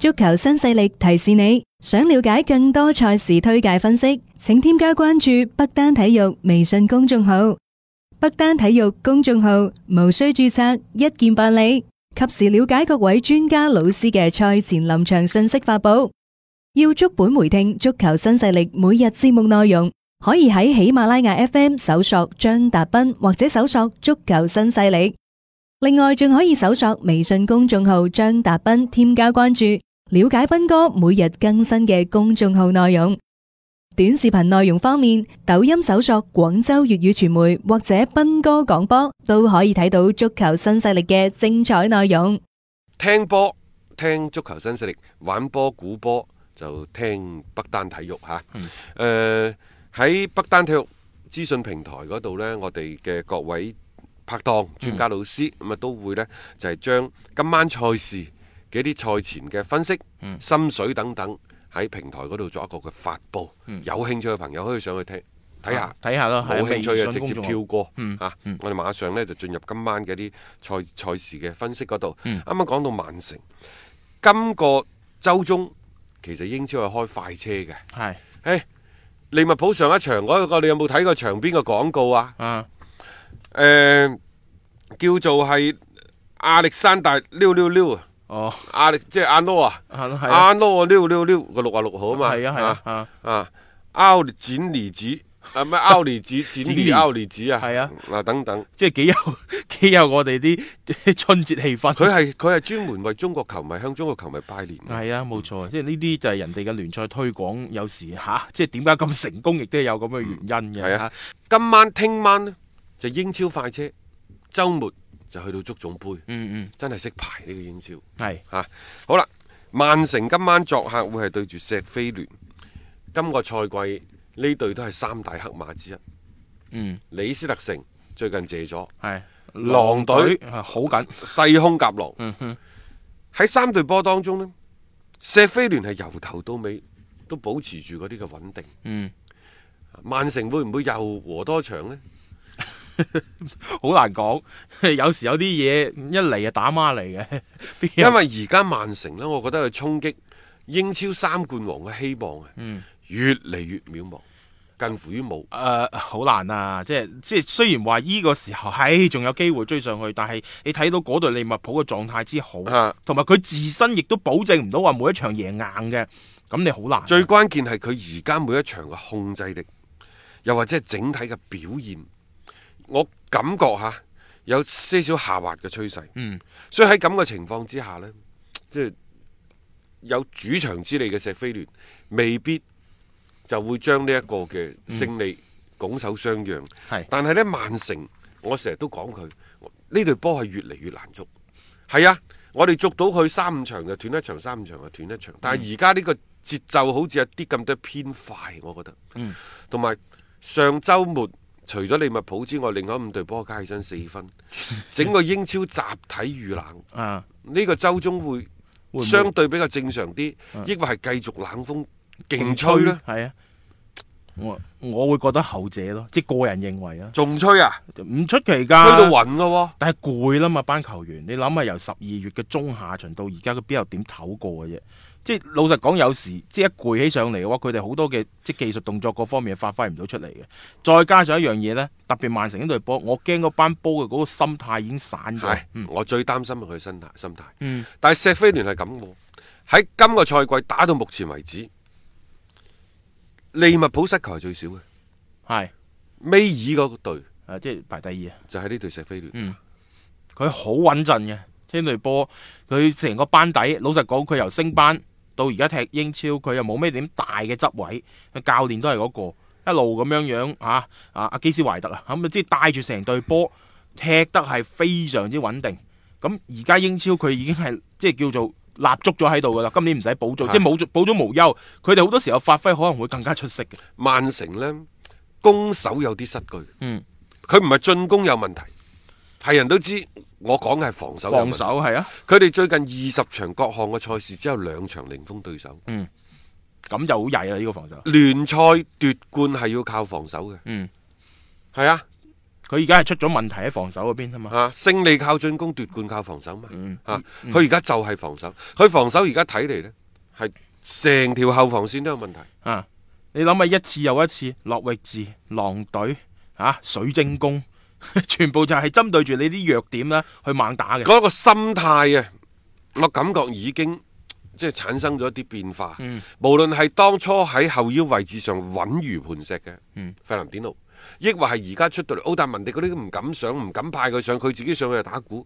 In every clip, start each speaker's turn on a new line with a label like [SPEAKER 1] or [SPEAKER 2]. [SPEAKER 1] 足球新勢力提示你，想了解更多賽事推介分析，請添加關注北單體育微信公眾號。北單體育公眾號無需註冊，一鍵辦理，及時了解各位專家老師嘅賽前臨場信息發布。要足本回聽足球新勢力每日節目內容，可以喺喜馬拉雅 FM 搜索張達斌或者搜索足球新勢力。另外，仲可以搜索微信公眾號張達斌，添加關注，了解斌哥每日更新嘅公眾號內容。短視頻內容方面，抖音搜索廣州粵語傳媒或者斌哥廣播，都可以睇到足球新勢力嘅精彩內容。
[SPEAKER 2] 聽波聽足球新勢力，玩波估波就聽北單體育嚇。誒喺、北單體育資訊平台嗰度呢，我哋嘅各位拍檔、專家老師咁啊、都會呢，就係、將今晚賽事嘅一啲賽前嘅分析、心水等等喺平台嗰度做一個嘅發布。有興趣嘅朋友可以上去聽睇下。
[SPEAKER 3] 哎睇下咯，
[SPEAKER 2] 啊
[SPEAKER 3] 啊
[SPEAKER 2] 冇興趣
[SPEAKER 3] 嘅
[SPEAKER 2] 嘅直接跳過
[SPEAKER 3] 嗯
[SPEAKER 2] 嚇
[SPEAKER 3] 嗯，
[SPEAKER 2] 我哋馬上呢就進入今晚嘅一啲賽賽事嘅分析嗰度。
[SPEAKER 3] 嗯
[SPEAKER 2] 啱啱講到曼城，今個週中其實英超係開快車嘅。
[SPEAKER 3] 係
[SPEAKER 2] 誒，利物浦上一場嗰個，你有冇睇過場邊嘅廣告啊？
[SPEAKER 3] 啊，
[SPEAKER 2] 誒，叫做係亞歷山大溜溜溜啊！
[SPEAKER 3] 哦，
[SPEAKER 2] 亞力即係阿諾啊，
[SPEAKER 3] 係咯係啊
[SPEAKER 2] 阿諾溜溜溜個六啊六號啊嘛，
[SPEAKER 3] 係啊係啊啊
[SPEAKER 2] 啊，奧展尼子啊咩奧尼子展
[SPEAKER 3] 展尼
[SPEAKER 2] 尼奧尼子啊，
[SPEAKER 3] 係啊
[SPEAKER 2] 啊等等，
[SPEAKER 3] 即係幾有 幾有我哋啲 春節氣氛。
[SPEAKER 2] 佢係佢係專門為中國球迷向中國球迷拜年嘅，
[SPEAKER 3] 係啊，冇錯，即係呢啲就係人哋嘅聯賽推廣，有時吓、即係點解咁成功，亦都有咁嘅原因嘅。
[SPEAKER 2] 係啊，今晚聽晚呢，就英超快車，週末就去到足總杯，
[SPEAKER 3] 嗯
[SPEAKER 2] 真係識排呢個英超。
[SPEAKER 3] 嗯，係
[SPEAKER 2] 吓、好啦，曼城今晚作客會係對住石飛聯。今個賽季呢隊都係三大黑馬之一。
[SPEAKER 3] 嗯，
[SPEAKER 2] 李斯特城最近借咗，
[SPEAKER 3] 係
[SPEAKER 2] 狼隊
[SPEAKER 3] 係啊好緊，
[SPEAKER 2] 勢空夾狼。
[SPEAKER 3] 嗯哼，
[SPEAKER 2] 喺三隊波當中呢，石飛聯係由頭到尾都保持住嗰啲嘅穩定。
[SPEAKER 3] 嗯，
[SPEAKER 2] 曼城會唔會又和多場 呢？
[SPEAKER 3] 好難講。 有時有啲嘢一嚟就打孖嚟嘅，邊
[SPEAKER 2] 因
[SPEAKER 3] 有
[SPEAKER 2] 為而家曼城呢，我覺得佢衝擊英超三冠王嘅希望啊，
[SPEAKER 3] 嗯
[SPEAKER 2] 越嚟越渺茫，近乎於冇。
[SPEAKER 3] 誒好、難啊！即係即係雖然話依個時候係仲有機會追上去，但係你睇到嗰隊利物浦嘅狀態之好
[SPEAKER 2] 啊，
[SPEAKER 3] 同埋佢自身亦都保證唔到話每一場贏硬嘅，咁你好難啊。
[SPEAKER 2] 最關鍵係佢而家每一場嘅控制力，又或者係整體嘅表現，我感覺吓有些少下滑嘅趨勢。
[SPEAKER 3] 嗯，
[SPEAKER 2] 所以喺咁嘅情況之下呢，即係有主場之利嘅石飛聯，未必就會將呢一個嘅勝利拱手相讓。
[SPEAKER 3] 嗯係
[SPEAKER 2] 但係呢，曼城我成日都講佢呢隊波係越嚟越難捉。係啊，我哋捉到佢三五場就斷一場，三五場就斷一場。
[SPEAKER 3] 嗯
[SPEAKER 2] 但係而家呢個節奏好似有啲咁多偏快，我覺得。
[SPEAKER 3] 嗯
[SPEAKER 2] 同埋、上週末除咗利物浦之外，另外五隊波加起身四 分，整個英超集體遇冷。
[SPEAKER 3] 啊，
[SPEAKER 2] 呢、個週中會
[SPEAKER 3] 會唔會啊
[SPEAKER 2] 相對比較正常啲，抑或係繼續冷風勁吹
[SPEAKER 3] 吹
[SPEAKER 2] 呢？
[SPEAKER 3] 係啊，我我會覺得後者咯，即係個人認為啊，
[SPEAKER 2] 仲吹啊，
[SPEAKER 3] 唔出奇
[SPEAKER 2] 吹
[SPEAKER 3] 㗎。
[SPEAKER 2] 到暈嘅喎。
[SPEAKER 3] 但係攰啦嘛，班球員，你諗下由十二月嘅中下旬到而家，佢邊有點唞過嘅啫？即係老實講，有時即係一攰起上嚟嘅話，佢哋好多嘅即係技術動作各方面係發揮唔到出嚟嘅。再加上一樣嘢呢，特別曼城呢隊波，我驚嗰班波嘅嗰個心態已經散咗
[SPEAKER 2] 係。，
[SPEAKER 3] 嗯
[SPEAKER 2] 我最擔心係佢心態心態。
[SPEAKER 3] 嗯
[SPEAKER 2] 但係石飛聯係咁喎，喺今個賽季打到目前為止，利物浦失球係最少嘅，
[SPEAKER 3] 係
[SPEAKER 2] 尾爾嗰隊
[SPEAKER 3] 啊，即係排第二啊。
[SPEAKER 2] 就係呢隊石飛聯。
[SPEAKER 3] 嗯佢好穩陣嘅，呢隊波佢成個班底，老實講，佢由升班到而家踢英超，佢又冇咩點大嘅執位，教練都係嗰、個一路咁樣樣嚇啊阿基斯懷特啊，咁啊即係帶住成隊波踢得係非常之穩定。咁而家英超佢已經係即係叫做立足咗喺度噶啦，今年唔使補做，
[SPEAKER 2] 係
[SPEAKER 3] 即係冇做補咗無憂，佢哋好多時候發揮可能會更加出色嘅。
[SPEAKER 2] 曼城呢，攻守有啲失據，
[SPEAKER 3] 嗯，
[SPEAKER 2] 佢唔係進攻有問題，係人都知我講嘅係防守有問
[SPEAKER 3] 防
[SPEAKER 2] 題
[SPEAKER 3] 守係啊，
[SPEAKER 2] 佢哋最近二十場各項嘅賽事只有兩場零封對手，
[SPEAKER 3] 咁就好曳啦呢個防守。
[SPEAKER 2] 聯賽奪冠係要靠防守嘅。
[SPEAKER 3] 嗯，
[SPEAKER 2] 係啊，
[SPEAKER 3] 佢而家係出咗問題喺防守嗰邊啊嘛。
[SPEAKER 2] 啊，勝利靠進攻，奪冠靠防守嘛。
[SPEAKER 3] 嗯，
[SPEAKER 2] 啊，佢而家就係防守，佢防守而家睇嚟呢，係成條後防線都有問題。
[SPEAKER 3] 啊，你諗下一次又一次，諾域治、狼隊啊、水晶宮， 全部就係針對住你啲弱點啦，去猛打嘅。
[SPEAKER 2] 嗰個心態啊，我感覺已經即係產生咗一啲變化。
[SPEAKER 3] 嗯
[SPEAKER 2] 無論係當初喺後腰位置上穩如磐石嘅
[SPEAKER 3] 嗯
[SPEAKER 2] 費南典奴，抑或係而家出到嚟奧達文迪嗰啲都唔敢上，唔敢派佢上，佢自己上去就打鼓。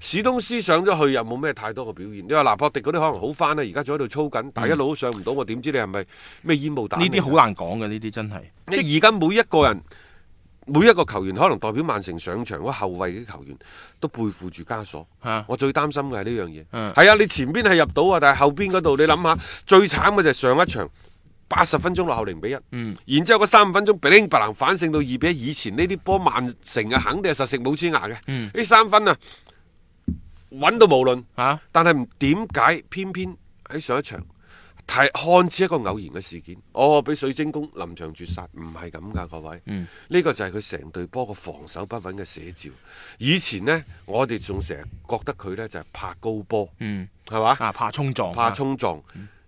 [SPEAKER 2] 史東斯上咗去又冇咩太多嘅表現。你話拿破迪嗰啲可能好翻啦，而家仲喺度操緊，但係一路都上唔到，我點知你係咪咩煙霧彈嚟
[SPEAKER 3] 嗯呢
[SPEAKER 2] 㗎？
[SPEAKER 3] 啲好啊難講嘅，呢啲真係。
[SPEAKER 2] 即係而家每一個人。每一個球員可能代表曼城上場，嗰後衞啲球員都背負住枷鎖。
[SPEAKER 3] 啊
[SPEAKER 2] 我最擔心嘅係呢樣嘢。
[SPEAKER 3] 嗯
[SPEAKER 2] 係啊，你前邊係入到啊，但係後邊嗰度你諗下， 最慘嘅就係上一場八十分鐘落後零比一，
[SPEAKER 3] 嗯
[SPEAKER 2] 然之後嗰三五分鐘 bling 白能反勝到二比一。以前呢啲波曼城啊，肯定係實食冇黐牙嘅。
[SPEAKER 3] 嗯
[SPEAKER 2] 呢三分啊，揾到無論，
[SPEAKER 3] 啊，
[SPEAKER 2] 但係唔點解偏偏喺上一場睇看似一個偶然嘅事件，哦，俾水晶宮臨場絕殺，唔係咁㗎，各位。
[SPEAKER 3] 嗯
[SPEAKER 2] 呢個就係佢成隊波個防守不穩嘅寫照。以前呢，我哋仲成日覺得佢呢就係怕高波，
[SPEAKER 3] 嗯
[SPEAKER 2] 係嘛？
[SPEAKER 3] 啊，嗯怕衝撞，
[SPEAKER 2] 怕衝撞。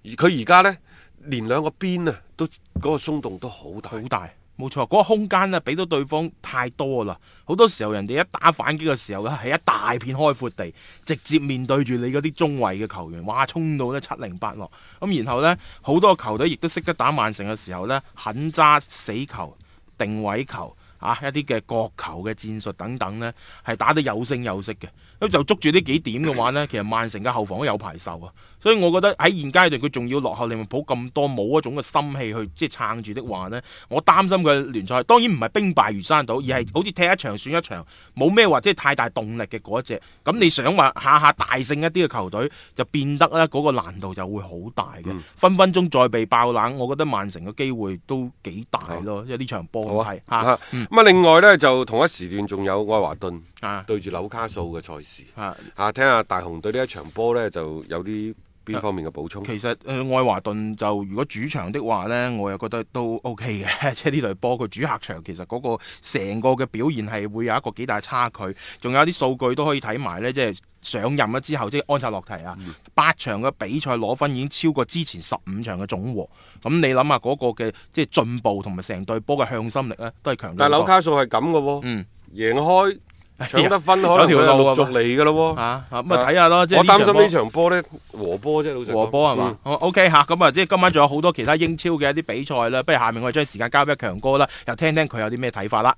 [SPEAKER 2] 而佢而家呢，連兩個邊啊，都嗰、個鬆動都好大
[SPEAKER 3] 好。大，冇錯，嗰、個空間啊，俾到對方太多啦。好多時候人哋一打反擊嘅時候咧，係一大片開闊地，直接面對住你嗰啲中衞嘅球員，哇，衝到咧七零八落。咁然後呢，好多球隊亦都識得打曼城嘅時候呢，狠揸死球、定位球。啊！一啲嘅角球嘅戰術等等呢，係打得有聲有色嘅。咁就捉住呢幾點嘅話呢，其實曼城嘅後防都有排受啊。所以我覺得喺現階段佢仲要落後利物浦咁多，冇一種嘅心氣去即係撐住的話呢，我擔心佢聯賽當然唔係兵敗如山倒，而
[SPEAKER 2] 嗯
[SPEAKER 3] 係好似踢一場算一場，冇咩話即係太大動力嘅嗰一隻。咁你想話下下大勝一啲嘅球隊，就變得呢嗰個難度就會好大嘅，
[SPEAKER 2] 嗯
[SPEAKER 3] 分分鐘再被爆冷，我覺得曼城嘅機會都幾大咯，因為呢場波
[SPEAKER 2] 好啊
[SPEAKER 3] 係
[SPEAKER 2] 啊
[SPEAKER 3] 嚇
[SPEAKER 2] 咁啊，另外呢，就同一時段仲有愛華頓
[SPEAKER 3] 啊
[SPEAKER 2] 對住紐卡素嘅賽事。
[SPEAKER 3] 啊！
[SPEAKER 2] 啊，聽下大雄對呢一場波呢，就有啲邊方面嘅補充。
[SPEAKER 3] 其實誒、呃、愛華頓就如果主場的話呢，我又覺得都 O K 嘅， 即係呢隊波佢主客場其實嗰個成個嘅表現係會有一個幾大差距，仲有啲數據都可以睇埋呢，即係上任咗之後，即係安察洛提啊，
[SPEAKER 2] 嗯
[SPEAKER 3] 八場嘅比賽攞分已經超過之前十五場嘅總和，咁你諗下嗰個嘅即係進步同埋成隊波嘅向心力呢，都係強咗
[SPEAKER 2] 但係
[SPEAKER 3] 好
[SPEAKER 2] 紐
[SPEAKER 3] 多。
[SPEAKER 2] 卡素係咁嘅喎，
[SPEAKER 3] 嗯
[SPEAKER 2] 贏開 搶得分，可能
[SPEAKER 3] 有條路啊
[SPEAKER 2] 佢係陸續嚟嘅咯喎。
[SPEAKER 3] 啊啊咁啊睇下咯，即係
[SPEAKER 2] 我擔
[SPEAKER 3] 場
[SPEAKER 2] 心
[SPEAKER 3] 波
[SPEAKER 2] 呢場波呢，和波啫，老實講嗯
[SPEAKER 3] 和波係嘛？哦？OK 吓，咁啊，即係今晚仲有好多其他英超嘅一啲比賽啦。不如下面我哋將時間交俾阿強哥啦，又聽聽佢有啲咩睇法啦。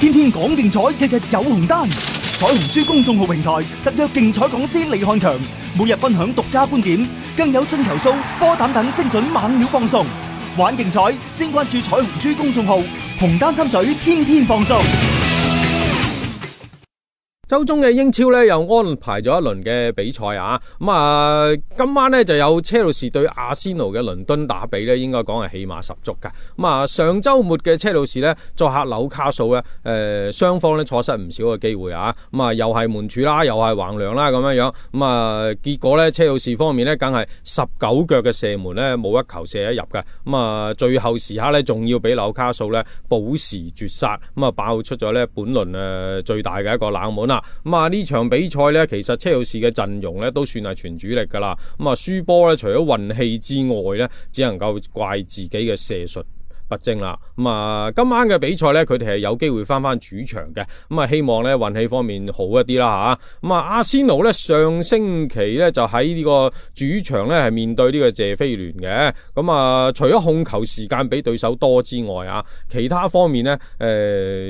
[SPEAKER 4] 天天講競彩，日日有紅單。彩虹珠公眾號平台特約競彩講師李漢強，每日分享獨家觀點，更有進球數、波膽等精準猛料放送。玩競彩，先關注彩虹珠公眾號，紅單心水，天天放送。
[SPEAKER 5] 周中嘅英超咧又安排咗一輪嘅比賽啊，咁、啊今晚咧就有車路士對阿仙奴嘅倫敦打比咧，應該講係戲碼十足噶。咁啊上周末嘅車路士咧作客紐卡素咧，誒、雙方咧錯失唔少嘅機會啊，咁啊又係門柱啦，又係橫梁啦咁樣樣，咁啊結果咧車路士方面咧梗係十九腳嘅射門咧冇一球射一入嘅，咁啊最後時刻咧仲要俾紐卡素咧補時絕殺，咁啊爆出咗咧本輪誒、呃最大嘅一個冷門啦。咁啊呢場比賽咧，其實車路士嘅陣容咧都算係全主力㗎啦。咁啊輸波咧，除咗運氣之外咧，只能夠怪自己嘅射術。不精啦，咁、啊，今晚嘅比賽呢，佢哋係有機會翻翻主場嘅，咁、啊，希望呢運氣方面好一啲啦吓，咁啊，阿仙奴呢，上星期呢，就喺呢個主場呢，係面對呢個謝菲聯嘅，咁、啊，除咗控球時間比對手多之外啊，其他方面呢，誒、呃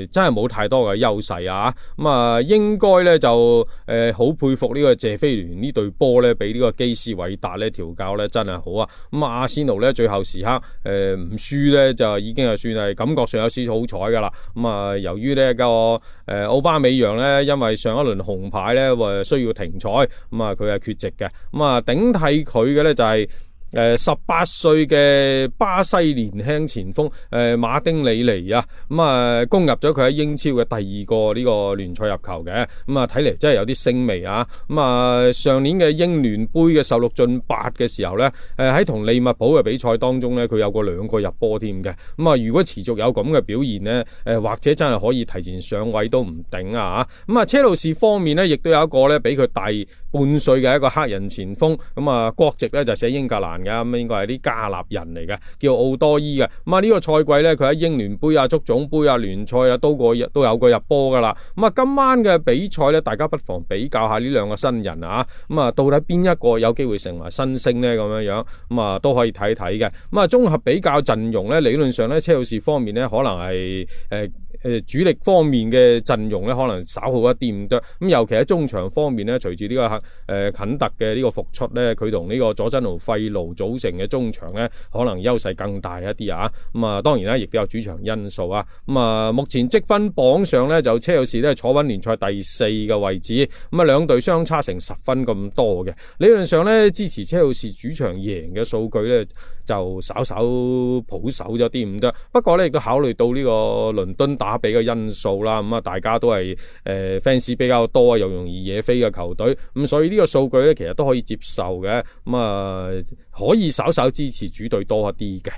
[SPEAKER 5] 真係冇太多嘅優勢啊，咁啊，應該呢，就誒好、佩服呢個謝菲聯呢隊波呢，俾呢個基斯韋達呢調教呢，真係好啊，咁啊，阿仙奴呢，最後時刻誒唔輸呢，就已經係算係感覺上有少少好彩噶啦。咁、啊，由於呢個誒奧巴美揚呢，因為上一輪紅牌呢，誒需要停賽，咁啊佢係缺席嘅。咁啊頂替佢嘅呢，就係、诶十八歲嘅巴西年輕前鋒诶、呃、馬丁里尼啊，咁、啊攻入咗佢喺英超嘅第二個呢個聯賽入球嘅，咁啊睇嚟真係有啲星味啊！咁、啊上年嘅英聯杯嘅十六進八嘅時候呢，诶喺同利物浦嘅比賽當中呢，佢有過兩個入波添嘅，咁、啊如果持續有咁嘅表現呢，诶或者真係可以提前上位都唔定啊！咁啊車路士方面呢，亦都有一個呢，比佢大半歲嘅一個黑人前鋒，咁啊國籍呢就寫英格蘭嘅，咁應該係啲加納人嚟嘅，叫奧多伊嘅。咁啊呢個賽季呢，佢喺英聯杯啊、足總杯啊、聯賽啊都過都有過入波噶啦。咁啊今晚嘅比賽呢，大家不妨比較下呢兩個新人啊，咁啊到底邊一個有機會成為新星呢？咁樣樣，咁啊都可以睇睇嘅。咁啊綜合比較陣容呢，理論上呢，車路士方面呢，可能係誒。呃誒主力方面嘅陣容咧，可能稍好一啲咁多。咁尤其喺中場方面咧，隨住呢個誒肯特嘅呢個復出咧，佢同呢個佐真奴費奴組成嘅中場咧，可能優勢更大一啲啊。咁啊，當然啦，亦都有主場因素啊。咁啊，目前積分榜上咧，就車路士咧坐穩聯賽第四嘅位置。咁啊，兩隊相差成十分咁多嘅。理論上咧，支持車路士主場贏嘅數據咧，就稍稍保守咗啲咁多。不過咧，亦都考慮到呢個倫敦打比嘅因素啦，咁啊大家都係誒 fans 比較多啊，又容易惹飛嘅球隊，咁所以呢個數據咧其實都可以接受嘅，咁啊可以稍稍支持主隊多一啲嘅。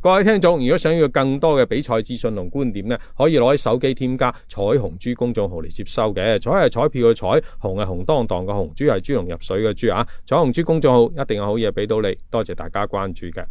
[SPEAKER 5] 各位聽眾，如果想要更多嘅比賽資訊同觀點呢，可以攞喺手機添加彩虹豬公眾號嚟接收嘅。彩係彩票嘅彩，紅係紅當當嘅紅，豬係豬籠入水嘅豬啊！彩虹豬公眾號一定有好嘢俾到你，多謝大家關注嘅。